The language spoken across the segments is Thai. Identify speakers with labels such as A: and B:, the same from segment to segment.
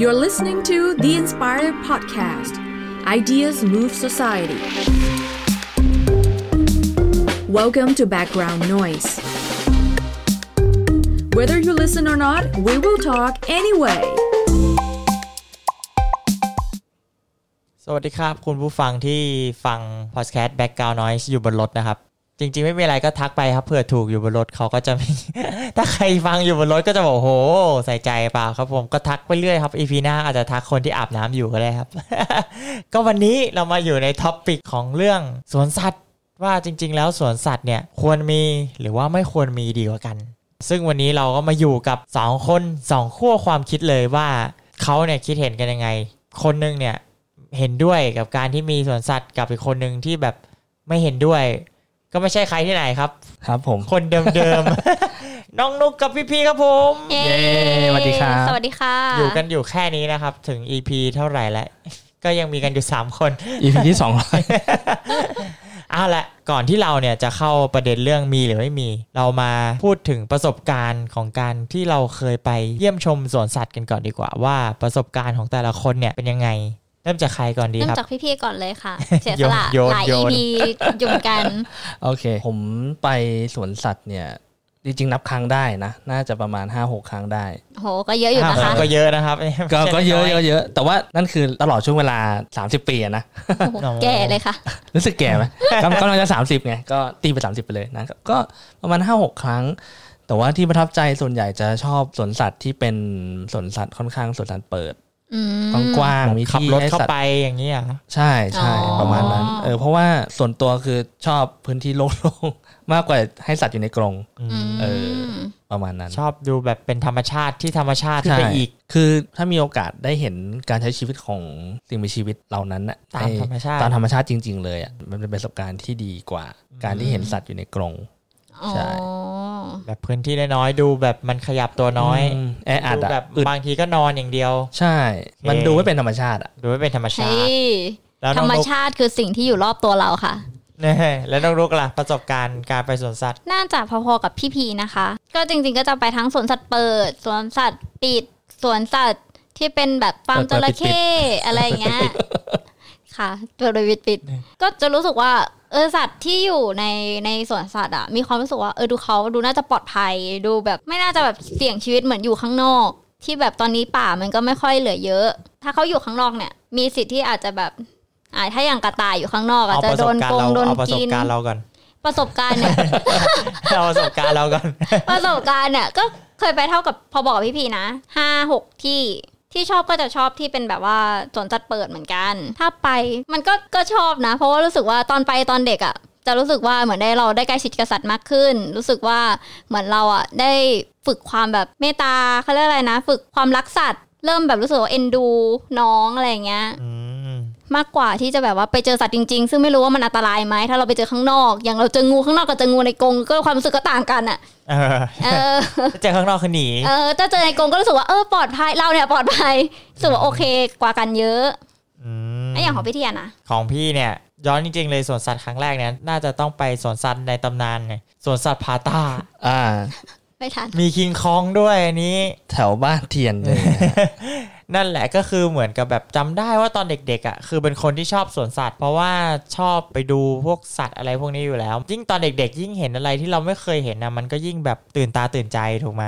A: You're listening to The Inspired Podcast Ideas Move Society. Welcome to Background Noise. Whether you listen or not, we will talk anyway.
B: สวัสดีครับ คุณผู้ฟังที่ฟังพอดแคสต์ Background Noise อยู่บนรถนะครับ จริง ๆ ไม่มีอะไรก็ทักไปครับเผื่อถูกอยู่บนรถเขาก็จะไม่ ถ้าใครฟังอยู่บนรถก็จะบอกโห ใส่ใจเปล่าครับผมก็ทักไปเรื่อยครับอีพีหน้าอาจจะทักคนที่อาบน้ำอยู่ก็ได้ครับ ก็วันนี้เรามาอยู่ในท็อปปิกของเรื่องสวนสัตว์ว่าจริง ๆ แล้วสวนสัตว์เนี่ยควรมีหรือว่าไม่ควรมีดีกว่ากัน ซึ่งวันนี้เราก็มาอยู่กับ 2 คน 2 ขั้วความคิดเลยว่าเขาเนี่ยคิดเห็นกันยังไง คนหนึงเนี่ย เห็นด้วยกับการที่มีสวนสัตว์กับอีกคนหนึ่งที่แบบไม่เห็นด้วย ก็ไม่ใช่ใครที่ไหนครับ
C: ครับผม
B: คนเดิมๆ น้องนุกกับพี่พีครับผม
D: เย้
C: สวัสดีครับ
D: สวัสดีค่ะ
B: อยู่กันอยู่แค่นี้นะครับ ถึง EP เท่าไหร่แล้ว ก็ยังมีกันอยู่ 3 คน
C: EP ที่สองร้ อย
B: เอาละก่อนที่เราเนี่ยจะเข้าประเด็นเรื่องมีหรือไม่มี เรามาพูดถึงประสบการณ์ของการที่เราเคยไปเยี่ยมชมสวนสัตว์กันก่อนดีกว่า ว่าประสบการณ์ของแต่ละคนเนี่ยเป็นยังไงเริ่มจากใครก่อนดี
D: เริ่ม
B: ครับ
D: จากพี่ๆก่อนเลยค่ะ เสียสละ
B: โยน
D: หลาย
B: โยน
D: EP หยุ่มกัน
C: โอเค ผมไปสวนสัตว์เนี่ย จริงๆ นับครั้งได้นะ น่าจะประมาณ 5 6 ครั้งได้
D: โห ก็เยอะอยู่นะคะ
B: อ่าก็เยอะนะครับ
C: ก็ก็เยอะเยอะเยอะแต่ว่านั่นคือตลอดช่วงเวลา 30 ปีอะนะ
D: โอ้โหแก่เลยค่ะ
C: รู้สึกแก่ไหม กำกำลังจะ 30ไงก็ตีไป 30 ไปเลยนะก็ก็ประมาณ 5 6 ครั้ง แต่ว่าที่ประทับใจส่วนใหญ่จะชอบสวนสัตว์ที่เป็นสวนสัตว์ค่อนข้างสวนสัตว์เปิด
D: อืม
C: กว้างๆมี
B: ขับ
C: ที่
B: รถ
C: ให้
B: เข้า
C: สัตว์
B: ไปอย่างนี้ยเหรอ
C: ใช่ใช่
D: อ๋อ
C: ประมาณนั้นเออเพราะว่าส่วนตัวคือชอบพื้นที่โล่งๆ มากกว่าให้สัตว์อยู่ในกรง
D: ม
C: เออ ประมาณนั้น
B: ชอบดูแบบเป็นธรรมชาติที่ธรรมชาติที่ไปอีก
C: คือถ้ามีโอกาสได้เห็นการใช้ชีวิตของสิ่งมีชีวิตเหล่านั้นน่ะ
B: ตาม
C: ไอ้
B: ธรรมชาติ
C: ตามธรรมชาติจริง ๆ เลยอ่ะมันเป็นประสบการณ์ที่ดีกว่า การที่เห็นสัตว์อยู่ในกรง
D: อ๋อ
C: ใช่
B: แบบพื้นที่น้อยๆดูแบบมันขยับตัวน้อย
C: มแออัด
B: ดู
C: อ่ะ
B: แบบ
C: อึด
B: บางทีก็นอนอย่างเดียว
C: ใช่ มัน
B: โอเค
C: ดูไม่เป็นธรรมชาติอ่ะ
B: ดูไม่เป็นธรรมชา
D: เฮ้
B: ติ
D: ย
B: แล้ว
D: ธ
B: น้
D: ร
B: อง
D: รม
B: นุก
D: ชาติคือสิ่งที่อยู่รอบตัวเราค่ะ
B: แน่แล้วน้องนุกล่ะประสบการณ์การไปสวนสัตว์
D: น่าจะพอๆกับพี่พีนะคะ ก็จริงๆก็จะไปทั้งสวนสัตว์เปิด สวนสัตว์ปิด สวนสัตว์ที่เป็นแบบฟาร์ม
C: เปิ
D: จ
C: ดเปิด
D: ระ
C: ปิด
D: เข้อะไรอย่างเงี้ย ค่ะเปิดโดยวิดปิด ก็จะรู้สึกว่าเออสัตว์ที่อยู่ในในสวนสัตว์อะมีความรู้สึกว่าเออดูเขาดูน่าจะปลอดภัย ดูแบบไม่น่าจะแบบเสี่ยงชีวิตเหมือนอยู่ข้างนอก ที่แบบตอนนี้ป่ามันก็ไม่ค่อยเหลือเยอะ ถ้าเขาอยู่ข้างนอกเนี่ย มีสิทธิ์ที่อาจจะแบบอ่าถ้าอย่างกระต่ายอยู่ข้างนอกอาจ
B: เอา
D: จะ
B: ประ
D: โด
B: สบ
D: น
B: การ
D: โก
B: ณ์
D: ง
B: เรา
D: โดน
B: เอาประส
D: กิ
B: บ
D: น
B: การณ์เราก่อน
D: ประสบการณ์เนี่ย
B: เอาประสบการณ์เราก่อน
D: ประสบการณ์เนี่ยก็เคยไปเท่ากับพอบอกบพี่พีนะห้าหกที่ที่ชอบก็จะชอบที่เป็นแบบว่าสวนสัตว์เปิดเหมือนกัน ถ้าไปมันก็ก็ชอบนะ เพราะว่ารู้สึกว่าตอนไปตอนเด็กอะ่ะ จะรู้สึกว่าเหมือนได้เราได้ใกล้ชิดกับสัตว์มากขึ้น รู้สึกว่าเหมือนเราอะ่ะได้ฝึกความแบบเมตตาเขาเรียกอะไรนะ ฝึกความรักสัตว์เริ่มแบบรู้สึกว่าเอ็นดูน้องอะไรอย่างเงี้ย
B: อืม
D: มากกว่าที่จะแบบว่าไปเจอสัตว์จริง ๆ ซึ่งไม่รู้ว่ามันอันตรายไหมถ้าเราไปเจอข้างนอก อย่างเราเจองูข้างนอกกับเจองูในกรงก็ความรู้สึกก็ต่างกันอะ่ะ
B: เออ
D: เออ
B: เจอข้างนอกคือหนี
D: เออถ้าเจอในกรงก็รู้สึกว่าเออปลอดภัยเราเนี่ยปลอดภัยรู้สึกว่าโอเคกว่ากันเยอะ
B: ม
D: ไอ้อย่างของพี่เทียนนะ
B: ของพี่เนี่ยย้อนจริงๆเลยสวนสัตว์ครั้งแรกเนี่ยน่าจะต้องไปสวนสัตว์ในตำนานเนี่ยสวนสัตว์พาต้า
C: อ่า
D: ไม่ทัน
B: มีคิงคองด้วยอันนี้
C: แถวบ้านเทียนเลยนะ
B: นั่นแหละก็คือเหมือนกับแบบจำได้ว่าตอนเด็กๆอะ่ะคือเป็นคนที่ชอบสวนสัตว์ เพราะว่าชอบไปดูพวกสัตว์อะไรพวกนี้อยู่แล้ว ยิ่งตอนเด็กๆ ยิ่งเห็นอะไรที่เราไม่เคยเห็นนะมันก็ยิ่งแบบตื่นตาตื่นใจถูกไหม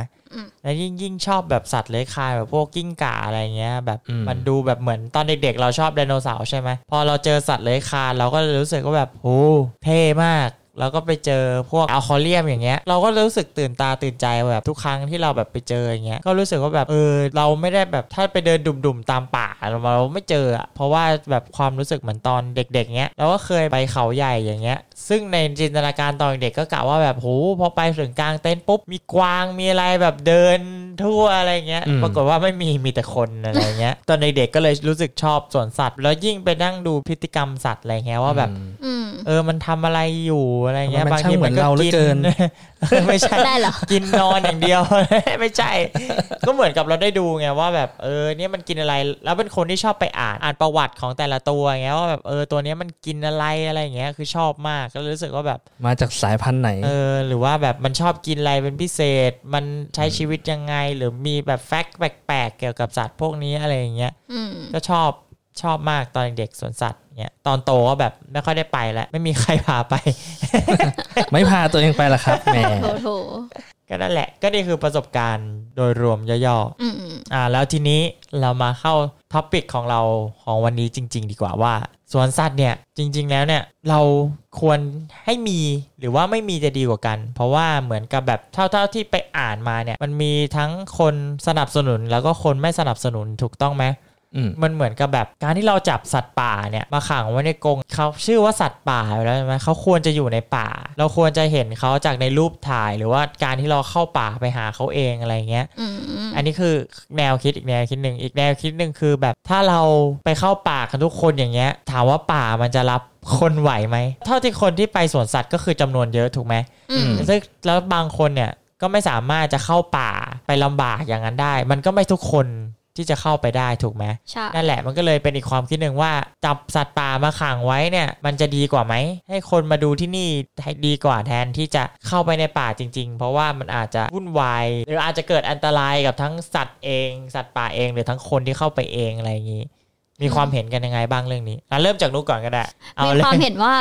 B: แล้วยิ่งยิ่งชอบแบบสัตว์เลื้อยคลานแบบพวกกิ้งก่าอะไรเงี้ยแบบ
C: อืม
B: มันดูแบบเหมือนตอนเด็กๆ เราชอบไดโนเสาร์ใช่ไหมพอเราเจอสัตว์เลื้อยคลานเราก็เลยรู้สึกว่าแบบโอ้เท่มาก แล้วก็ไปเจอพวกอัลคอเรียมอย่างเงี้ย เราก็รู้สึกตื่นตาตื่นใจแบบทุกครั้งที่เราแบบไปเจออย่างเงี้ย ก็รู้สึกว่าแบบเออเราไม่ได้แบบถ้าไปเดินดุ่มๆตามป่าเราไม่เจออะเพราะว่าแบบความรู้สึกเหมือนตอนเด็กๆเงี้ยเราก็เคยไปเขาใหญ่อย่างเงี้ย ซึ่งในจินตนาการตอนเด็กก็กะว่าแบบโหพอไปถึงกลางเต็นท์ปุ๊บมีกวางมีอะไรแบบเดินทั่วอะไรเงี้ย
C: อืม
B: ปรากฏว่าไม่มีมีแต่คนอะไรเงี้ย ตอนเด็กๆก็เลยรู้สึกชอบสวนสัตว์ แล้วยิ่งไปนั่งดูพฤติกรรมสัตว์อะไรเงี้ยว่าแบบ
D: อืม
B: เออ มันทำอะไรอยู่อะไรเงี้ย
C: มัน
B: บางที
C: ช่างเหมือนเราเหลือเกิน
B: เอ ไม่ใช่
D: ได้เหรอ
B: กินนอนอย่างเดียว ไม่ใช่ ก็เหมือนกับเราได้ดูไงว่าแบบเออเนี่ยมันกินอะไร แล้วเป็นคนที่ชอบไปอ่านอ่านประวัติของแต่ละตัวไงว่าแบบเออตัวเนี้ยมันกินอะไรอะไรอย่างเงี้ยคือชอบมากก็รู้สึกว่าแบบ
C: มาจากสายพันธุ์ไหน
B: เออหรือว่าแบบมันชอบกินอะไรเป็นพิเศษ มันใช้ชีวิตยังไง หรือมีแบบแฟกต์แปลกๆเกี่ยวกับสัตว์พวกนี้อะไรอย่างเงี้ย
D: อืม
B: ก็ชอบชอบมากตอนเด็กๆสวนสัตว์เนี่ยตอนโตก็แบบไม่ค่อยได้ไปแล้วไม่มีใครพาไป
C: ไม่พาตัวเองไปละครับแหม
D: โถโถ
B: ก็นั่นแหละก็นี่คือประสบการณ์โดยรวมย่อๆ
D: อืม
B: อ่าแล้วทีนี้เรามาเข้าท็อปิกของเราของวันนี้จริง ๆ ดีกว่าว่าสวนสัตว์เนี่ยจริง ๆ แล้วเนี่ยเราควรให้มีหรือว่าไม่มีจะดีกว่ากัน เพราะว่าเหมือนกับแบบเท่าๆที่ไปอ่านมาเนี่ยมันมีทั้งคนสนับสนุนแล้วก็คนไม่สนับสนุนถูกต้องไหม
C: อืม
B: มันเหมือนกับแบบการที่เราจับสัตว์ป่าเนี่ยมาขังไว้ในกรงเขาชื่อว่าสัตว์ป่าอยู่แล้วใช่ไหมเขาควรจะอยู่ในป่า เราควรจะเห็นเขาจากในรูปถ่าย หรือว่าการที่เราเข้าป่าไปหาเขาเองอะไรอย่างเงี้ย
D: อืมอืม
B: อันนี้คือแนวคิดอีกแนวคิดหนึ่งอีกแนวคิดหนึ่งคือแบบถ้าเราไปเข้าป่ากันทุกคนอย่างเงี้ย ถามว่าป่ามันจะรับคนไหวไหมเท่าที่คนที่ไปสวนสัตว์ก็คือจำนวนเยอะถูกไหม
D: อืม
B: ซึ่งแล้วบางคนเนี่ยก็ไม่สามารถจะเข้าป่าไปลำบากอย่างนั้นได้ มันก็ไม่ทุกคนที่จะเข้าไปได้ถูกไหม
D: ใช่
B: นั่นแหละมันก็เลยเป็นอีกความคิดหนึ่งว่าจับสัตว์ป่ามาขังไว้เนี่ย มันจะดีกว่าไหมให้คนมาดูที่นี่ให้ดีกว่าแทนที่จะเข้าไปในป่าจริง ๆ เพราะว่ามันอาจจะวุ่นวาย หรืออาจจะเกิดอันตรายกับทั้งสัตว์เอง สัตว์ป่าเองหรือทั้งคนที่เข้าไปเองอะไรอย่างนี้ มีความเห็นกันยังไงบ้างเรื่องนี้อ่ะเริ่มจากนุกก่อนก็ได้เอา
D: มี
B: เลย
D: ความเห็นว่า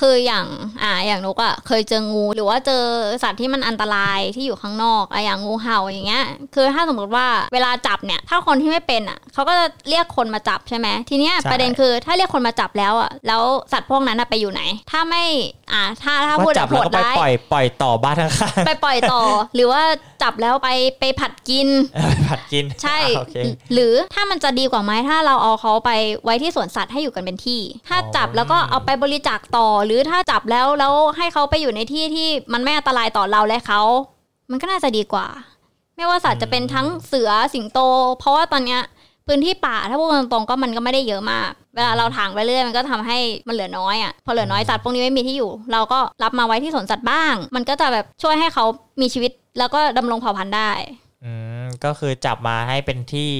D: คืออย่างอ่าอย่างนกอะเคยเจองูหรือว่าเจอสัตว์ที่มันอันตรายที่อยู่ข้างนอกอะอย่างงูเห่าอย่างเงี้ย คือถ้าสมมติว่าเวลาจับเนี่ย ถ้าคนที่ไม่เป็นอะเขาก็จะเรียกคนมาจับใช่ไหมทีเนี้ยประเด็นคือถ้าเรียกคนมาจับแล้วอะแล้วสัตว์พวกนั้นอะไปอยู่ไหน ถ้าไม่อ่าถ้าถ้าพูด
B: จั
D: แบบ บ
B: แล้ว
D: โหด
B: ก็ไป
D: ร้าย
B: ปล่อยปล่อยต่อบ้านข้าง
D: ไปปล่อยต่อ หรือว่าจับแล้วไปไปผัดกิน
B: ๆ ไปผัดกิน
D: ใช่
B: อ่ะโอเค
D: หรือถ้ามันจะดีกว่าไหมถ้าเราเอาเขาไปไว้ที่สวนสัตว์ให้อยู่กันเป็นที่ ถ้า
B: อ๋อ
D: จับแล้วก็เอาไปบริจาคต่อ หรือถ้าจับแล้วแล้วให้เขาไปอยู่ในที่ที่มันไม่อันตรายต่อเราและเขา มันก็น่าจะดีกว่า ไม่ว่าสัตว์จะเป็นทั้งเสือสิงโต เพราะว่าตอนเนี้ยพื้นที่ป่าถ้าพูดตรงๆก็มันก็ไม่ได้เยอะมาก เวลาเราถางไปเรื่อยมันก็ทำให้มันเหลือน้อยอ่ะพอเหลือน้อยสัตว์พวกนี้ไม่มีที่อยู่ เราก็รับมาไว้ที่สวนสัตว์บ้าง มันก็จะแบบช่วยให้เขามีชีวิตแล้วก็ดำรงเผ่าพันธุ์ได้
B: อืมก็คือจับมาให้เป็นที่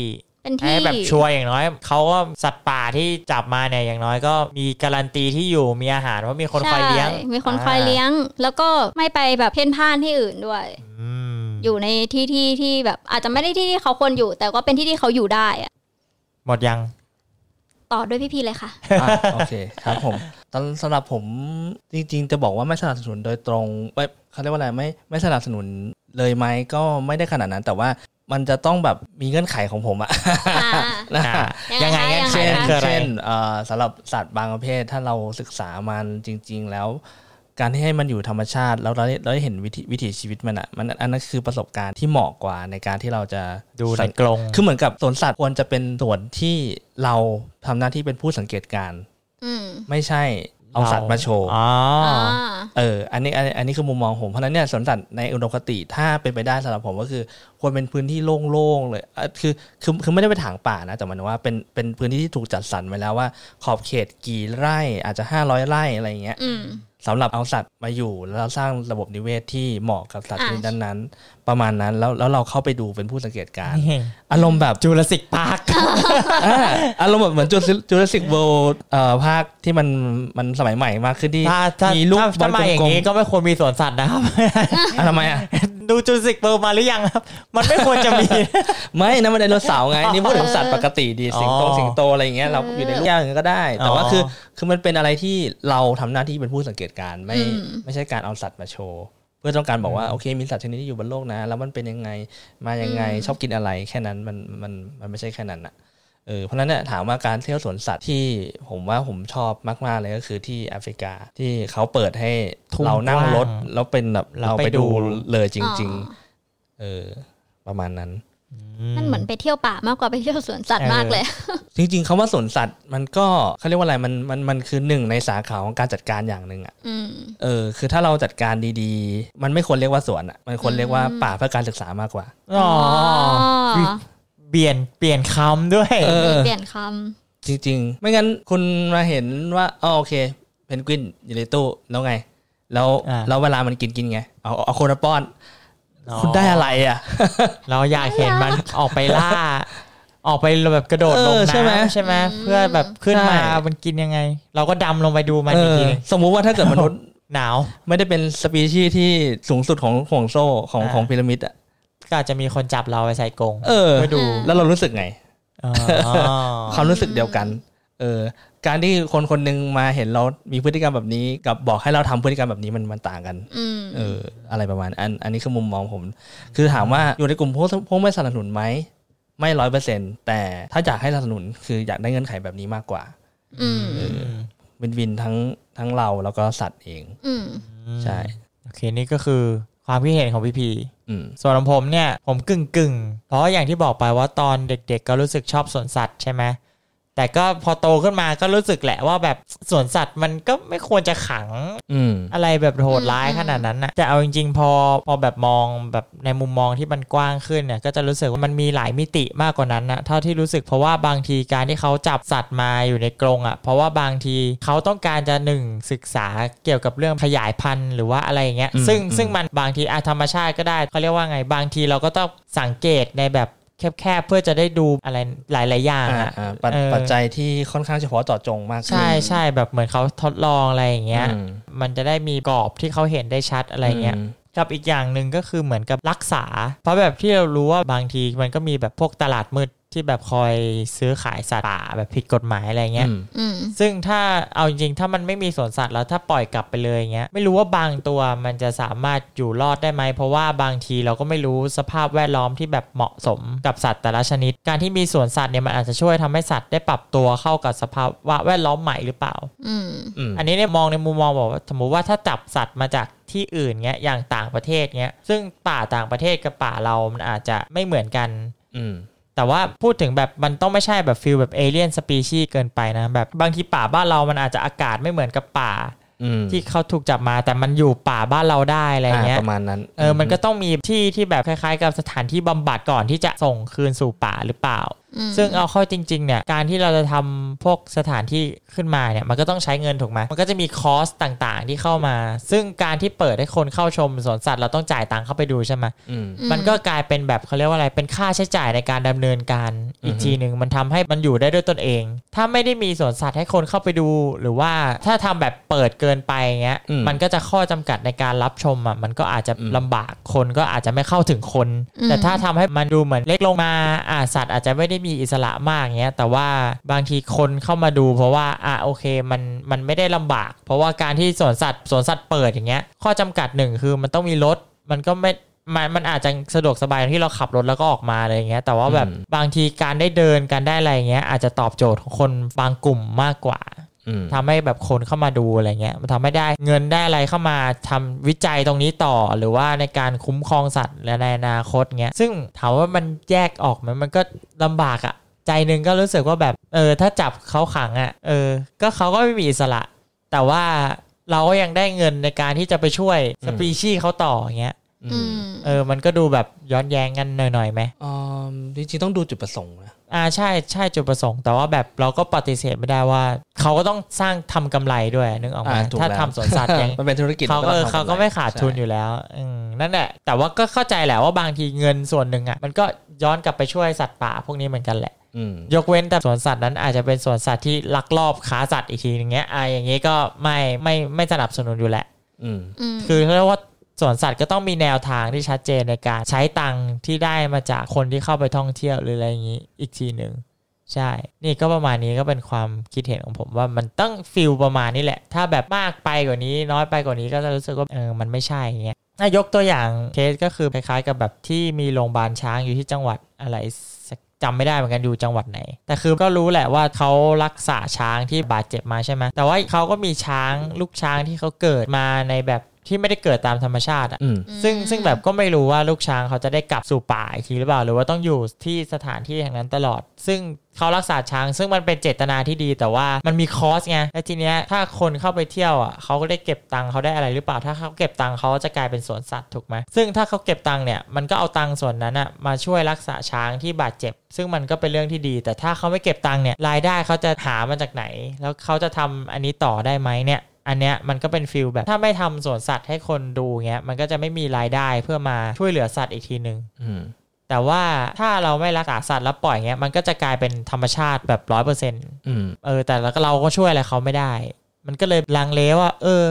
D: เป็น
B: ให้
D: ที่
B: แบบชัวร์อย่างน้อยเขาก็สัตว์ป่าที่จับมาเนี่ยอย่างน้อยก็มีการันตีที่อยู่มีอาหารเพราะมีคนคอยเลี้ยง
D: ใช่มีคนคอยเลี้ยง แล้วก็ไม่ไปแบบเพ่นพ่านที่อื่นด้วย
B: อืม
D: อยู่ในที่ที่ที่แบบอาจจะไม่ได้ที่ที่เขาควรอยู่ แต่ก็เป็นที่ที่เขาอยู่ได้อะ
B: หมดยัง
D: ต่อด้วยพี่พีเลยค่ะ
C: อ่ะโอเคครับผมตอนสำหรับผมจริงๆ จะบอกว่าไม่สนับสนุนโดยตรงไม่เขาเรียกว่าอะไรไม่ไม่สนับสนุนเลยไหมก็ไม่ได้ขนาดนั้น แต่ว่ามันจะต้องแบบมีเงื่อนไขของผมอะ
D: อ่า
C: นะ
B: อ่ะ
D: ยั
B: ยัง
D: ง
B: ไง
D: ไง
B: งั้น
D: คะ
B: เช่น
D: ยังไงคะ
B: คืออะไร
C: เช่นเอ่อสำหรับสัตว์บางประเภทถ้าเราศึกษามันจริง ๆ แล้ว การที่ให้มันอยู่ธรรมชาติแล้วเราได้เราได้เห็นวิถีวิถีชีวิตมันอ่ะมันอันนั้นคือประสบการณ์ที่เหมาะกว่าในการที่เราจะ
B: ดูใน
C: สัง
B: กรง
C: คือเหมือนกับสวนสัตว์ควรจะเป็นส่วนที่เราทำหน้าที่เป็นผู้สังเกตการณ์
D: อืม
C: ไม่ใช่เอาสัตว์มาโชว์
B: อ๋อ
D: อ่า
C: เอออันนี้อันนี้อันนี้คือมุมมองผมเพราะฉะนั้นเนี่ยสวนสัตว์ในอุดมคติถ้าเป็นไปได้สำหรับผมก็คือควรเป็นพื้นที่โล่งๆเลยอ่ะคือคือคือไม่ได้ไปถางป่านะแต่หมันว่าเป็นเป็นพื้นที่ที่ถูกจัดสรรไว้แล้วว่า ขอบเขตกี่ไร่อาจจะ 500 ไร่อะไรอย่างเงี้ย
D: อืม
C: สำหรับเอาสัตว์มาอยู่แล้วเราสร้างระบบนิเวศที่เหมาะกับสัตว์ช
D: อ่ะ
C: นิดนั้นๆประมาณนั้นแล้วแล้วเราเข้าไปดูเป็นผู้สังเกตการณ์
B: นี่
C: อารมณ์แบบ
B: จูราสสิกพาร์ค
C: อ่าอารมณ์แบบเหมือนจูจูราสสิกเวิลด์เอ่อภาคที่มันมันสมัยใหม่มากขึ้นที่
B: ถ้าถ้า
C: มีลูก
B: ถ้า
C: บอ
B: ถ้า
C: ล
B: มาอย่าก
C: ล
B: ง
C: ม
B: นี้ก็ไม่ควรมีสวนสัตว์นะครับ
C: ๆอ่ะทำไมอ่ะ
B: ดูจูราสสิกเบิร์มาหรือยังครับ มันไม่ควรจะมี
C: ไม่นะมันไดโนเสาร์ไง นี่พูดถึงสัตว์ปกติดีสิงโต
B: อ๋อ
C: สิงโตอะไรอย่างเงี้ยเราอยู่ในลูกแก้วอย่างเงี้ยก็ได้ แต่ว่า
B: อ๋อ
C: คือคือมันเป็นอะไรที่เราทำหน้าที่เป็นผู้สังเกตการณ์ไม่
D: อืม
C: ไม่ใช่การเอาสัตว์มาโชว์ เพื่อต้องการบอกว่าโอเคมีสัตว์ชนิดที่อยู่บนโลกนะ แล้วมันเป็นยังไงมายังไงชอบกินอะไรแค่นั้นมันมันมันไม่ใช่แค่นั้นอะเออเพราะฉะนั้นเนี่ยถามว่าการเที่ยวสวนสัตว์ที่ผมว่าผมชอบมากๆเลยก็คือที่แอฟริกาที่เขาเปิดให้
B: ทุ่ง
C: เรานั่ง
B: กว้าง
C: รถแล้วเป็นแบบ
B: แล้ว
C: เรา
B: ไป
C: ไปดู
B: ดู
C: เลยจริง ๆ เออประมาณนั้น
D: นั่นเหมือนไปเที่ยวป่ามากกว่าไปเที่ยวสวนสัตว์มากเลย
C: จริงๆคำว่าสวนสัตว์มันก็เขาเรียกว่าอะไรมันมันมันคือหนึ่งในสาขาของการจัดการอย่างหนึ่งอ่ะ
D: อืม
C: เออคือถ้าเราจัดการดีๆ มันไม่ควรเรียกว่าสวนอ่ะมันควรเรียกว่า
D: อืม
C: ป่าเพื่อการศึกษามากกว่า
B: อ๋ออเปลี่ยนเปลี่ยนคำด้วย
C: เออ
D: เปลี่ยนค
C: จริง ๆ ไม่งั้นคุณมาเห็นว่าอ๋อโอเคเพนกวินอยู่ในตู้แล้วไง แล้ว
B: อ่า
C: แล้วเวลามันกินกินไงเอาเอาคนมาป้อน คุณได้อะไรอ่ะ
B: เราอยากเห็นมันออกไปล่า ออกไปแบบกระโดดลง
C: เออใช่ไหม
B: น้ำใช่ไหมเพื่อแบบขึ้นมา
C: ใช่
B: มันกินยังไง เราก็ดำลงไปดูมัน
C: เอ
B: อีก
C: อ
B: ทีหนึ่ง
C: สมมุติว่าถ้าเกิดม นุษย์
B: หนาว
C: ไม่ได้เป็นสปีชีส์ที่สูงสุดของห่วงโซ่ของ
B: อ่า
C: ของพีระมิดอ่ะ
B: ก็อาจจะมีคนจับเราไปใส่กรง
C: เออ
B: เพื่อดู
C: แล้วเรารู้สึกไง
B: อ๋อ
C: ความรู้สึกเดียวกัน เออ การที่คนคนหนึงมาเห็นเรามีพฤติกรรมแบบนี้กับบอกให้เราทำพฤติกรรมแบบนี้มันมันต่างกัน
D: อืม
C: เออ อะไรประมาณอัน อันนี้คือมุมมองผม คือถามว่าอยู่ในกลุ่มพวกพวกไม่สนับสนุนไหม ไม่ร้อยเปอร์เซ็นต์แต่ถ้าอยากให้สนับสนุนคืออยากได้เงื่อนไขแบบนี้มากกว่า
D: อืม
B: อืม
C: วินวินทั้งทั้งเราแล้วก็สัตว์เอง
D: อืม
C: ใช่
B: โอเคนี่ก็คือความคิดเห็นของพี่พี
C: อืม
B: ส่วนของผมเนี่ยผมกึ่งกึ่งๆเพราะว่าอย่างที่บอกไปว่าตอนเด็กๆ ก็รู้สึกชอบสวนสัตว์ใช่ไหมแต่ก็พอโตขึ้นมาก็รู้สึกแหละว่าแบบสวนสัตว์มันก็ไม่ควรจะขัง
C: อืม
B: อะไรแบบโหดร้ายขนาดนั้นนะแต่เอาจริงๆ พอพอแบบมองแบบในมุมมองที่มันกว้างขึ้นเนี่ยก็จะรู้สึกว่ามันมีหลายมิติมากกว่านั้นนะเท่าที่รู้สึกเพราะว่าบางทีการที่เขาจับสัตว์มาอยู่ในกรงอะ่ะ เพราะว่าบางทีเขาต้องการจะหนึ่งศึกษาเกี่ยวกับเรื่องขยายพันธุ์หรือว่าอะไรอย่างเงี้ย
C: อืม
B: ซึ่ง
C: อืม
B: ซึ่ง มันบางทีอาธรรมชาติก็ได้เขาเรียกว่าไงบางทีเราก็ต้องสังเกตในแบบแคบๆเพื่อจะได้ดูอะไรหลายๆอย่าง
C: อ่า
B: อะ
C: อ่าปัจ
B: เออ
C: ปัจจัยที่ค่อนข้างเฉพาะเจาะจงมากขึ้น
B: ใช่ใช่แบบเหมือนเขาทดลองอะไรอย่างเงี้ย
C: อืม
B: มันจะได้มีกรอบที่เขาเห็นได้ชัดอะไรเงี้ย
C: ม
B: กับอีกอย่างหนึ่งก็คือเหมือนกับรักษา เพราะแบบที่เรารู้ว่าบางทีมันก็มีแบบพวกตลาดมืดที่แบบคอยซื้อขายสัตว์ป่าแบบผิดกฎหมายอะไรเงี้ย
C: อืม
D: อืม
B: ซึ่งถ้าเอาจริงๆ ถ้ามันไม่มีสวนสัตว์แล้วถ้าปล่อยกลับไปเลยอย่างเงี้ยไม่รู้ว่าบางตัวมันจะสามารถอยู่รอดได้ไหม เพราะว่าบางทีเราก็ไม่รู้สภาพแวดล้อมที่แบบเหมาะสมกับสัตว์แต่ละชนิด การที่มีสวนสัตว์เนี่ยมันอาจจะช่วยทำให้สัตว์ได้ปรับตัวเข้ากับสภาพแวดล้อมใหม่หรือเปล่า
D: อืม
C: อืม
B: อันนี้เนี่ยมองในมุมมองบอกว่าสมมติว่าถ้าจับสัตว์มาจากที่อื่นเงี้ยอย่างต่างประเทศเงี้ยซึ่งป่าต่างประเทศกับป่าเรามันอาจจะไม่เหมือนกัน
C: อืม
B: แต่ว่าพูดถึงแบบมันต้องไม่ใช่แบบฟิลแบบเอเลี่ยนสปีชีส์เกินไปนะ แบบบางทีป่าบ้านเรามันอาจจะอากาศไม่เหมือนกับป่า
C: อืม
B: ที่เขาถูกจับมาแต่มันอยู่ป่าบ้านเราได้อะไรเงี้
C: าย ประมาณนั้น
B: เออมันก็ต้องมีที่ที่แบบคล้ายๆ กับสถานที่บำบัดก่อนที่จะส่งคืนสู่ป่าหรือเปล่า
D: อืม
B: ซึ่งเอาเข้าจริงๆเนี่ยการที่เราจะทำพวกสถานที่ขึ้นมาเนี่ยมันก็ต้องใช้เงินถูกไหมมันก็จะมีคอสต่างๆที่เข้ามา ซึ่งการที่เปิดให้คนเข้าชมสวนสัตว์เราต้องจ่ายตังค์เข้าไปดูใช่ไหม
C: อืม
B: มันก็กลายเป็นแบบเขาเรียกว่าอะไร เป็นค่าใช้จ่ายในการดำเนินการอีกทีหนึ่งมันทำให้มันอยู่ได้ด้วยตนเอง ถ้าไม่ได้มีสวนสัตว์ให้คนเข้าไปดู หรือว่าถ้าทำแบบเปิดเกินไปเงี้ย
C: อืม
B: มันก็จะข้อจำกัดในการรับชมอ่ะ มันก็อาจจะ
C: อืม
B: ลำบาก คนก็อาจจะไม่เข้าถึงคน
D: อืม
B: แต่ถ้าทำให้มันดูเหมือนเล็กลงมาอ่าสัตว์อาจจะไม่ได้มีอิสระมากเงี้ย แต่ว่าบางทีคนเข้ามาดู เพราะว่าอ่าโอเคมันมันไม่ได้ลำบาก เพราะว่าการที่สวนสัตว์สวนสัตว์เปิดอย่างเงี้ย ข้อจำกัดหนึ่งคือมันต้องมีรถ มันก็ไม่ มันมันอาจจะสะดวกสบายที่เราขับรถแล้วก็ออกมาอะไรอย่างเงี้ย แต่ว่าแบบ
C: อืม
B: บางทีการได้เดินการได้อะไรอย่างเงี้ยอาจจะตอบโจทย์ของคนบางกลุ่มมากกว่า
C: อืม
B: ทำให้แบบคนเข้ามาดูอะไรเงี้ยมันทำให้ได้เงินได้อะไรเข้ามาทำวิจัยตรงนี้ต่อ หรือว่าในการคุ้มครองสัตว์และในอนาคตเงี้ยซึ่งถามว่ามันแยกออกไหมมันก็ลำบากอะใจหนึ่งก็รู้สึกว่าแบบเออถ้าจับเขาขังอะเออ ก็เขาก็ไม่มีอิสระ แต่ว่าเราก็ยังได้เงินในการที่จะไปช่วยสปีชีส์เขาต่ออย่างเงี้ย
C: อื
D: อื
C: ม
D: ม
B: เออ มันก็ดูแบบย้อนแย้งกันหน่อยๆไหม
C: อืมจริงๆต้องดูจุดประสงค์นะ
B: อ่า ใช่ ใช่จุดประสงค์ แต่ว่าแบบเราก็ปฏิเสธไม่ได้ว่า เขาก็ต้องสร้างทำกำไรด้วยนึกออกไหม
C: อ่าถูก
B: ถ้า
C: แล้ว
B: ทำสวนสัตว์อย่าง
C: มันเป็นธุรกิจ
B: เขาก็
C: มัน
B: เอ
C: ต้
B: อ
C: องทำ
B: เขาก็ไม่ขาดทุน
C: ใช่
B: อยู่แล้วอืมนั่นแหละ แต่ว่าก็เข้าใจแหละว่าบางทีเงินส่วนหนึ่งอ่ะ มันก็ย้อนกลับไปช่วยสัตว์ป่าพวกนี้เหมือนกันแหละ
C: อืม
B: ยกเว้นแต่สวนสัตว์นั้นอาจจะเป็นสวนสัตว์ที่ลักลอบค้าสัตว์อีกทีนึงเงี้ย อ่า อย่างงี้ก็ไม่ไม่ไม่สนับสนุนอยู่แหละ
C: อืม
D: อืม
B: คือเรียกว่าสวนสัตว์ก็ต้องมีแนวทางที่ชัดเจนในการใช้ตังค์ที่ได้มาจากคนที่เข้าไปท่องเที่ยวหรืออะไรอย่างนี้อีกทีหนึ่งใช่ นี่ก็ประมาณนี้ก็เป็นความคิดเห็นของผมว่ามันต้องฟิลประมาณนี้แหละ ถ้าแบบมากไปกว่านี้น้อยไปกว่านี้ก็จะรู้สึกว่าเออมันไม่ใช่อย่างเงี้ยถ้ายกตัวอย่างเคสก็คือคล้ายๆกับแบบที่มีโรงพยาบาลช้างอยู่ที่จังหวัดอะไรสักจำไม่ได้เหมือนกันอยู่จังหวัดไหน แต่คือก็รู้แหละว่าเขารักษาช้างที่บาดเจ็บมาใช่ไหมแต่ว่าเขาก็มีช้างลูกช้างที่เขาเกิดมาในแบบที่ไม่ได้เกิดตามธรรมชาติอะ
C: อืม
B: ซึ่ง
D: อืม
B: ซึ่งแบบก็ไม่รู้ว่าลูกช้างเขาจะได้กลับสู่ป่าอีกทีหรือเปล่า หรือว่าต้องอยู่ที่สถานที่แห่งนั้นตลอด ซึ่งเขารักษาช้าง ซึ่งมันเป็นเจตนาที่ดีแต่ว่ามันมีคอสไงและทีเนี้ยถ้าคนเข้าไปเที่ยวอ่ะเขาก็ได้เก็บตังค์เขาได้อะไรหรือเปล่า ถ้าเขาเก็บตังค์เขาจะกลายเป็นสวนสัตว์ถูกไหมซึ่งถ้าเขาเก็บตังค์เนี่ยมันก็เอาตังค์ส่วนนั้นอ่ะมาช่วยรักษาช้างที่บาดเจ็บ ซึ่งมันก็เป็นเรื่องที่ดี แต่ถ้าเขาไม่เก็บตังค์เนี่ยรายได้เขาจะหามาจากไหน แล้วเขาจะทำอันนี้ต่อได้ไหมเนี่ย อันเนี้ยมันก็เป็นฟิลแบบ ถ้าไม่ทำสวนสัตว์ให้คนดูเงี้ยมันก็จะไม่มีรายได้เพื่อมาช่วยเหลือสัตว์อีกทีนึง
C: อืม
B: แต่ว่าถ้าเราไม่รักษาสัตว์แล้วปล่อยเงี้ยมันก็จะกลายเป็นธรรมชาติแบบร้อยเปอร์เซ็นต์
C: อืม
B: เออแต่เราก็เราก็ช่วยอะไรเขาไม่ได้ มันก็เลยลังเลว่า เออ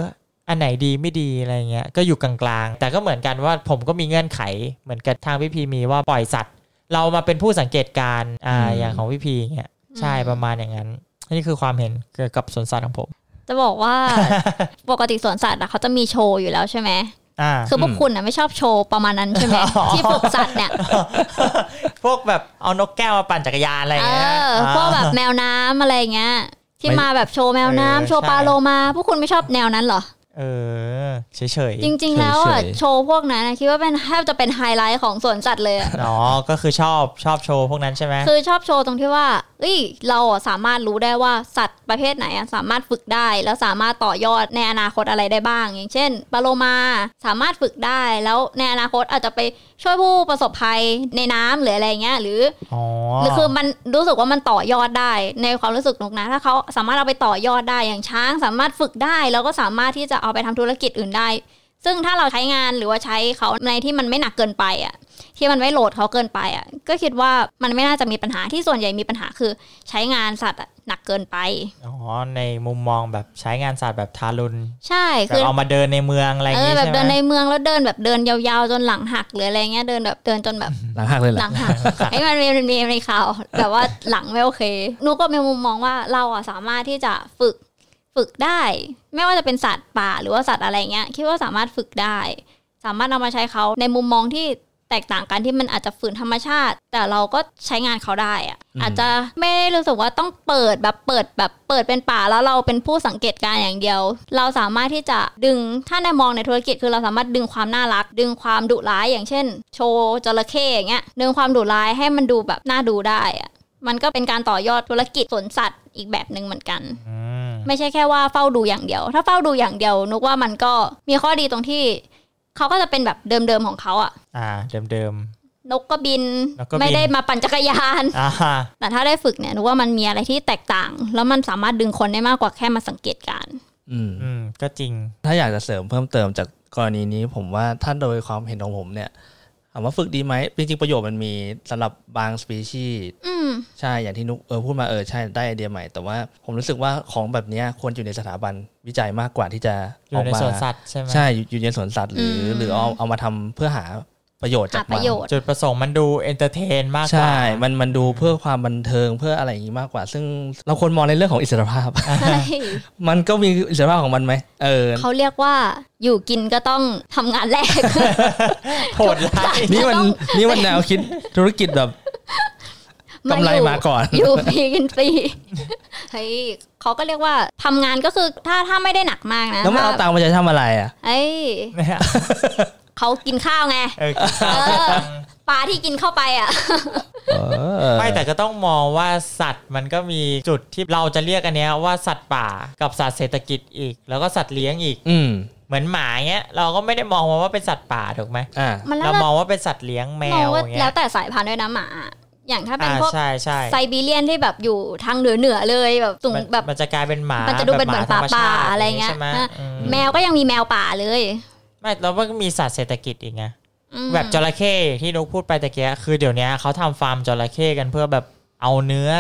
B: อันไหนดีไม่ดีอะไรเงี้ยก็อยู่กลางๆ แต่ก็เหมือนกันว่าผมก็มีเงื่อนไข เหมือนกับทางพี่พีมีว่าปล่อยสัตว์ เรามาเป็นผู้สังเกตการณ์อ่าอย่างของพี่พีเงี้ยใช่ประมาณอย่างนั้นนี่คือความเห็นเกี่ยวกับสวนสัตว์ของผม
D: จะบอกว่า ปกติสวนสัตว์อะเขาจะมีโชว์อยู่แล้วใช่ไหม
B: อ่า
D: คือพวกคุณอะไม่ชอบโชว์ประมาณนั้นใช่ไหม
B: อ๋อ
D: ที่ปลูกสัตว์เนี่ย
B: พวกแบบเอานกแก้วมาปั่นจักรยานอะไรอ
D: เอย่าง
B: เงี้ย
D: อ
B: อ่า
D: พวกแบบแมวน้ำอะไรเงี้ย ที่มาแบบโชว์แมวน้ำ
B: เออ
D: โชว์
B: ใช่
D: ปลาโลมาพวกคุณไม่ชอบแนวนั้นเหรอ
B: เออเฉย
D: จริง ๆ แล้วอะโชว์พวกนั้นอะคิดว่าเป็นแทบจะเป็นไฮไลท์ของสวนสัตว์เลย อะ
B: ๆอ๋อก็คือชอบชอบโชว์พวกนั้นใช่ไหม
D: คือชอบโชว์ตรงที่ว่า เอ้ย เราอะสามารถรู้ได้ว่าสัตว์ประเภทไหนอะสามารถฝึกได้ แล้วสามารถต่อยอดในอนาคตอะไรได้บ้าง อย่างเช่นปลาโลมาสามารถฝึกได้ แล้วในอนาคตอาจจะไปช่วยผู้ประสบภัยในน้ำหรืออะไรเงี้ย หรือ
B: อ๋อ
D: อหรือคือมันรู้สึกว่ามันต่อยอดได้ในความรู้สึกนกนะ ถ้าเขาสามารถเอาไปต่อยอดได้ อย่างช้างสามารถฝึกได้ แล้วก็สามารถที่จะเอาไปทำธุรกิจอื่นได้ ซึ่งถ้าเราใช้งานหรือว่าใช้เขาในที่มันไม่หนักเกินไปอ่ะ ที่มันไม่โหลดเขาเกินไปอ่ะ ก็คิดว่ามันไม่น่าจะมีปัญหาที่ส่วนใหญ่มีปัญหาคือ ใช้งานสัตว์อะหนักเกินไป
B: อ๋อในมุมมองแบบใช้งานศาสตร์แบบทารุณ
D: ใช่
B: แบบ
D: คือ
B: เอามาเดินในเมืองอะไรอย่า
D: เอง อ
B: งี้
D: แบบ
B: ใช่
D: เดิน
B: ไหม
D: ในเมืองแล้วเดินแบบเดินยาวๆจนหลังหักหรืออะไรเงี้ยเดินแบบเดินจนแบบ
C: หลังหักเลยเหรอ
D: หลังหัก ไอ้มันมีมันมีในข่าวแบบว่าหลังไม่โอเคหนูก็มีมุมมองว่าเราอ่ะสามารถที่จะฝึกฝึกได้ ไม่ว่าจะเป็นสัตว์ป่าหรือว่าสัตว์อะไรเงี้ยคิดว่าสามารถฝึกได้ สามารถเอามาใช้เขาในมุมมองที่แตกต่างกันที่มันอาจจะฝืนธรรมชาติ แต่เราก็ใช้งานเขาได้อะ
C: อืม
D: อาจจะไม่ได้รู้สึกว่าต้องเปิดแบบเปิดแบบเปิดเป็นป่าแล้วเราเป็นผู้สังเกตการณ์อย่างเดียว เราสามารถที่จะดึงถ้าในมองในธุรกิจคือเราสามารถดึงความน่ารัก ดึงความดุร้ายอย่างเช่น โชว์จระเข้อย่างเงี้ยดึงความดุร้ายให้มันดูแบบน่าดูได้อะมันก็เป็นการต่อยอดธุรกิจสวนสัตว์อีกแบบหนึ่งเหมือนกัน
B: อืม
D: ไม่ใช่แค่ว่าเฝ้าดูอย่างเดียว ถ้าเฝ้าดูอย่างเดียว นุกว่ามันก็มีข้อดีตรงที่เขาก็จะเป็นแบบเดิมๆของเขาอะ
B: อ่าเดิม
D: นกก็บิน
B: นกก็บิน
D: ไม่ได้มาปั่นจักรยาน
B: ๆอ่า
D: แต่ถ้าได้ฝึกเนี่ยนุกว่ามันมีอะไรที่แตกต่าง แล้วมันสามารถดึงคนได้มากกว่าแค่มาสังเกตการณ์
C: อืม
B: อืมก็จริง
C: ถ้าอยากจะเสริมเพิ่มเติมจากกรณีนี้ผมว่าถ้าโดยความเห็นของผมเนี่ยถามว่าฝึกดีไหมจริงๆประโยชน์มันมีสำหรับบางสปีชีส์
D: อืม
C: ใช่อย่างที่นุกเออพูดมาเออใช่ได้ไอเดียใหม่ แต่ว่าผมรู้สึกว่าของแบบเนี้ยควรอยู่ในสถาบันวิจัยมากกว่าที่จะ
B: อ
C: ออยู่ ก
B: ใน
C: มา
B: สวนสัตว์ใช่ไหม
C: ใช่อยู่อยู่ในสวนสัตว์หรืออ
D: ม
C: หรือเอาเอามาทำเพื่อหาประโยชน์จา
D: หาก ป
C: มั
D: ระ
C: น
D: โยชน์
B: จุดประสงค์มันดูเอนเตอร์เทนมากกว่า
C: ใช่ มันมันดูเพื่อความบันเทิงเพื่ออะไรอย่างนี้มากกว่า ซึ่งเราควรมองในเรื่องของอิสรภาพ
D: ใช่
C: มันก็มีอิสรภาพของมันไหมเออ
D: เขาเรียกว่าอยู่กินก็ต้องทำงานแรก
B: โหดร้าย
C: นี่มันนี่มันแนวคิดธุรกิจ แบบ กำไร
D: อยู่
C: มาก่อน
D: อยู่ฟรีกินฟรีเฮ้ยเขาก็เรียกว่าทำงานก็คือถ้าถ้าไม่ได้หนักมากนะ
C: แล้วมันเอาตังค์มาจะทำอะไรอ่ะ
D: เอ้ย
B: เนี่ย
D: เขากินข้าวไง
B: เออกินข้าว
D: เออ
B: ตังค์
D: ปลาที่กินเข้าไปอ่ะ
B: ไม่แต่ก็ต้องมองว่าสัตว์มันก็มีจุดที่เราจะเรียกอันเนี้ยว่าสัตว์ป่ากับสัตว์เศรษฐกิจอีก แล้วก็สัตว์เลี้ยงอีก
C: อืม
B: เหมือนหมาเงี้ยเราก็ไม่ได้มองมันว่าเป็นสัตว์ป่าถูกไหม
C: อ่า
D: มันแล้ว
B: เรา
D: แต่
B: มองว่าเป็นสัตว์เลี้ยงแม
D: มอง
B: ว
D: ว่า
B: เงี้
D: แล้
B: ย
D: วแต่สายพันธุ์ด้วยนะหมาอะอย่างถ้าเป็น
B: อ่า
D: พวก
B: ใช่ใช่
D: ไซบีเรียนที่แบบอยู่ทางเหนือเหนือๆเลยแบบสูง
B: มัน
D: แบบ
B: มันจะกลายเป็นหมา
D: มันจะดูเป็นเหมือน
B: แบบธรรมชติ
D: ป่าๆอะไรเงี้ย
B: ใช่ไหม
D: อ่ะ
B: อืม
D: แมวก็ยังมีแมวป่าเลย
B: ไม่แล้วมันก็มีสัตว์เศรษฐกิจอีกไง
D: อืม
B: แบบจระเข้ที่นกพูดไปตะเกียคือเดี๋ยวเนี้ยเขาทำฟาร์มจระเข้กันเพื่อแบบเอาเนื้อ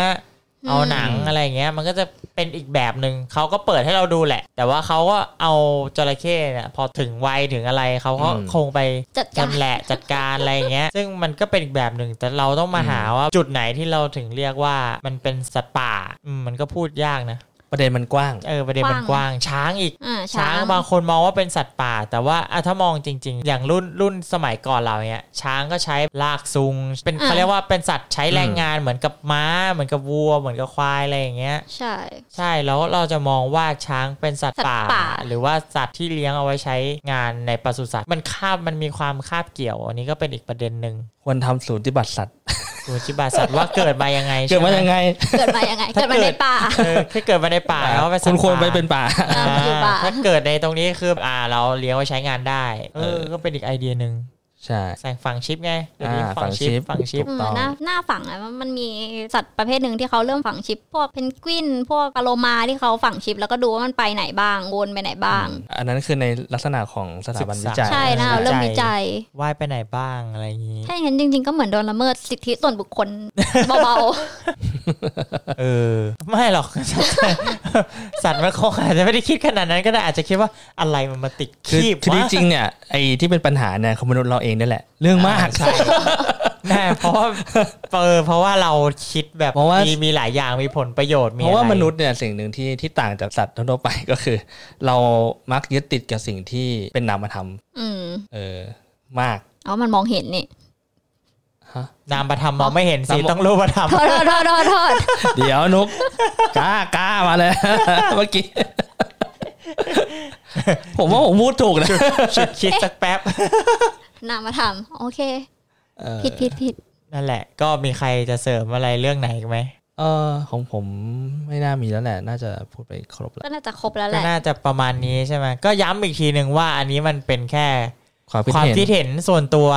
B: เอาหนังอะไรเงี้ยมันก็จะเป็นอีกแบบหนึ่งเขาก็เปิดให้เราดูแหละ แต่ว่าเขาก็เอาจระเข้เนี่ยพอถึงวัยถึงอะไรเขาก็
C: อืม
B: คงไป
D: จัดการ
B: จำแหละจัดการอะไรเงี้ย ซึ่งมันก็เป็นอีกแบบหนึ่งแต่เราต้องมาหาว่าจุดไหนที่เราถึงเรียกว่ามันเป็นสัตว์ป่าอืมมันก็พูดยากนะ
C: ประเด็นมันกว้าง
B: เออประเด็นมันกว้างช้างอีก
D: อ่าช้า
B: ช้าง
D: ง
B: บางคนมองว่าเป็นสัตว์ป่า แต่ว่าอ่ะถ้ามองจริง ๆ อย่างรุ่นรุ่นสมัยก่อนเราเนี่ยช้างก็ใช้ลากซุง เป็นเขาเรียกว่าเป็นสัตว์ใช้แรงงานเหมือนกับม้า เหมือนกับวัวเหมือนกับควายอะไรอย่างเงี้ย
D: ใช่
B: ใช่แล้วเราจะมองว่าช้างเป็นสัตว์ป่า
D: สัตว์ป่า
B: หรือว่าสัตว์ที่เลี้ยงเอาไว้ใช้งานในปศุสัตว์มันคาบมันมีความคาบเกี่ยว อันนี้ก็เป็นอีกประเด็นหนึ่ง
C: ควรทำศูนย์ปฏิบัติสัตว์
B: สูจิบาสัตว์ว่าเกิดมายังไง
C: เกิดมายัง
B: ใช่ห
C: ไง
D: เกิดมายังไง
B: ถ้า
D: เกิดมา
B: เกิ
D: ใน
B: ด
D: ป่า
B: เออถ้าเกิดมาในป่าแล้วเป็นสัต
C: คุณ
B: ว์
C: ควรไป
B: ป่า
C: เป็นป่า
D: อ่ามันอยู่ป่า
B: ถ้าเกิดในตรงนี้คืออ่าเราเลี้ยงไว้ใช้งานได้ เออ ก็เป็นอีกไอเดียหนึ่ง
C: ใช่
B: แสงฝังชิปไงเดี๋ยวนี้
C: อ่า
B: ฝังชิป
C: ฝั
B: ฝั
C: ง
B: ง
C: ชิ
B: ชิ
C: ป
B: ป
D: อืม
C: ต้อง
D: หน้าหน้าฝังอะมันมีสัตว์ประเภทหนึ่งที่เขาเริ่มฝังชิป พวกเพนกวิน พวกปลาโลมาที่เขาฝังชิป แล้วก็ดูว่ามันไปไหนบ้างวนไปไหนบ้าง
C: อันนั้นคือในลักษณะของสถาบัน
B: ศึกษา
C: วิจัย
D: ใช่นะ
B: ใช่
D: เริ่มวิจัย
B: ว่ายไปไหนบ้างอะไรอย่างนี้
D: ถ้าอย่างนั้นจริง ๆ ก็เหมือนโดนละเมิดสิทธิส่วนบุคคล เบา
B: เออ ไม่หรอก สัตว์มันคงอาจจะไม่ได้คิดขนาดนั้นก็ได้อาจจะคิดว่าอะไรมันมาติด
C: คือ
B: คีบ
C: คือจ
B: วะ
C: ริงๆเนี่ยไอ้ที่เป็นปัญหาเนี่ยคือมนุษย์เราเองนี่แหละ เรื่องมาก
B: ใช่แน่เพราะว่าเออเพราะว่าเราคิดแบบ
C: เพราะว่ามี
B: มีหลายอย่างมีผลประโยชน์มี
C: เพราะว่า
B: อไ
C: มนุษย์เนี่ยสิ่งหนึ่งที่ที่ต่างจากสัตว์ทั่วๆไปก็คือ เรามักยึดติดกับสิ่งที่เป็นนามธรรม
D: ๆ อืม
C: เออมาก
D: เอามันมองเห็นนี่
B: นามประธรรมมองไม่เห็นสิ
C: นาม
B: ต้องรูปประธรรม
D: โทษโทษโทษโท ษ
C: เดี๋ยวนุ กกล้ากล้ามาเลย เมื่อกี้ผมว่าผมพูดถู กนะ
B: คิดคิดสักแป๊บ
D: นามธรรมโอเค
C: เออ
D: ผิดผิดผิด
B: นั่นแหละ ก็มีใครจะเสริมอะไรเรื่องไหนอีกไหม
C: เออของผมไม่น่ามีแล้วแหละ น่าจะพูดไปครบแล้ว
D: ก็น่าจะครบแล้วแห
B: ก็
D: ละ
B: น่าจะประมาณนี้ใช่ไหมก็ย้ำอีกทีหนึ่งว่าอันนี้มันเป็นแค่
C: ความคิด
B: ความ
C: เห็น
B: คิดเห็นส่วนตัว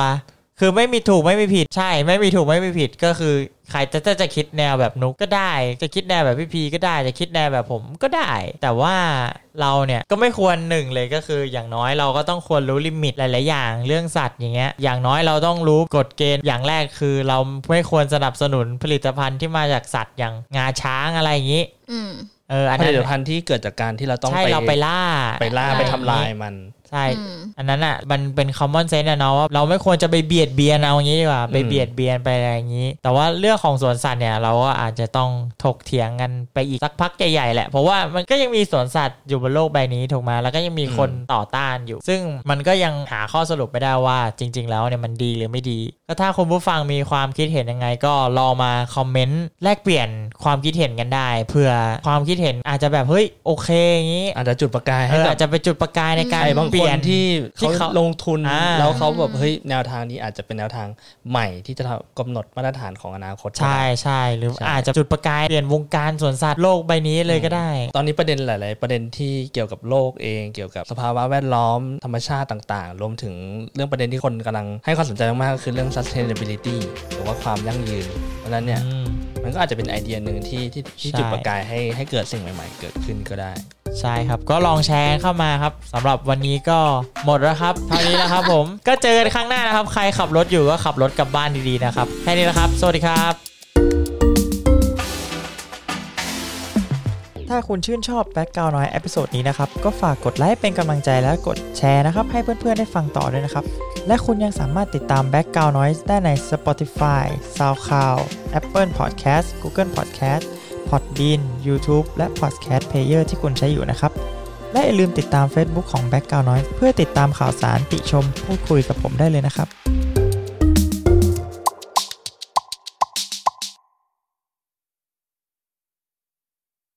B: คือไม่มีถูกไม่มีผิดใช่ ไม่มีถูกไม่มีผิดก็คือใครจะจะจะคิดแนวแบบนุกก็ได้ จะคิดแนวแบบพี่พีก็ได้ จะคิดแนวแบบผมก็ได้ แต่ว่าเราเนี่ยก็ไม่ควรหนึ่งเลยก็คืออย่างน้อยเราก็ต้องควรรู้ลิมิตหลาย ๆ อย่างเรื่องสัตว์อย่างเงี้ยอย่างน้อยเราต้องรู้กฎเกณฑ์อย่างแรกคือ เราไม่ควรสนับสนุนผลิตภัณฑ์ที่มาจากสัตว์อย่างงาช้างอะไรอย่างงี้
D: อืม
B: เอออัน
C: ผ
B: นั้
C: ลิต
B: น
C: ภัณฑ์ที่เกิดจากการที่เราต้อง
B: ใช่
C: ไป
B: เราไปล่า
C: ไปล่า
D: ใช่
C: ไปทำลายมัน
B: ใช่
D: อืม
B: อันนั้นอ่ะมันเป็นคอมมอนเซนส์อะเนาะว่าเราไม่ควรจะไปเบียดเบียนเอาอย่างนี้ดีกว่า ไป
C: อืม
B: เบียดเบียนไปอะไรอย่างนี้ แต่ว่าเรื่องของสวนสัตว์เนี่ยเราก็อาจจะต้องถกเถียงกันไปอีกสักพักใหญ่ๆแหละ เพราะว่ามันก็ยังมีสวนสัตว์อยู่บนโลกใบนี้ถูกไหมแล้วก็ยังมีคนต่อต้านอยู่ ซึ่งมันก็ยังหาข้อสรุปไม่ได้ว่าจริง ๆ แล้วเนี่ยมันดีหรือไม่ดี ก็ถ้าคุณผู้ฟังมีความคิดเห็นยังไง ก็ลองมาคอมเมนต์แลกเปลี่ยนความคิดเห็นกันได้เผื่อความคิดเห็นอาจจะแบบเฮ้ยโอเคอย่างนี้
C: อาจจะจุดประกาย
B: เอ
C: ให้
B: อ
C: กับ
B: อาจจะเป็นจุดประกายในการ
C: ใครบาง
B: เป
C: ค
B: ลี่
C: น
B: ยน
C: ที่
B: ที่เขา
C: เขาลงทุน
B: อ่า
C: แล้วเขาแบบเฮ้ยแนวทางนี้อาจจะเป็นแนวทางใหม่ที่จะทำกำหนดมาตรฐานของอนาคต
B: ใช่ใช่หรือ
C: ใช่
B: อาจจะจุดประกายเปลี่ยนวงการสวนสัตว์โลกใบนี้เลยก็ได้
C: ตอนนี้ประเด็นหลาย ๆ ประเด็นที่เกี่ยวกับโลกเองเกี่ยวกับสภาวะแวดล้อมธรรมชาติต่าง ๆ รวมถึงเรื่องประเด็นที่คนกำลังให้ความสนใจมากๆก็คือเรื่อง sustainability หรือว่าความยั่งยืน เพราะฉะนั้นเนี่ย
B: อืม
C: มันก็อาจจะเป็นไอเดียหนึ่งที่ที่ที่
B: ใช่
C: จุดประกายให้ให้เกิดสิ่งใหม่ ๆ เกิดขึ้นก็ได้
B: ใช่ครับ ก็ลองแชร์เข้ามาครับสำหรับวันนี้ก็หมดแล้วครับเท่านี้แล้วครับ ผมก็เจอกันครั้งหน้านะครับ ใครขับรถอยู่ก็ขับรถกลับบ้านดีๆนะครับแค่นี้แล้วครับ สวัสดีครับ ถ้าคุณชื่นชอบแบ็กกราวน้อยเอพิโซดนี้นะครับ ก็ฝากกดไลค์เป็นกำลังใจและกดแชร์นะครับ ให้เพื่อนๆได้ฟังต่อด้วยนะครับ และคุณยังสามารถติดตาม Background Noise ได้ใน Spotify, SoundCloud, Apple Podcast, Google Podcast, Podbean, YouTube และ Podcast Player ที่คุณใช้อยู่นะครับ และอย่าลืมติดตาม Facebook ของ Background Noise เพื่อติดตามข่าวสารติชมพูดคุยกับผมได้เลยนะครับ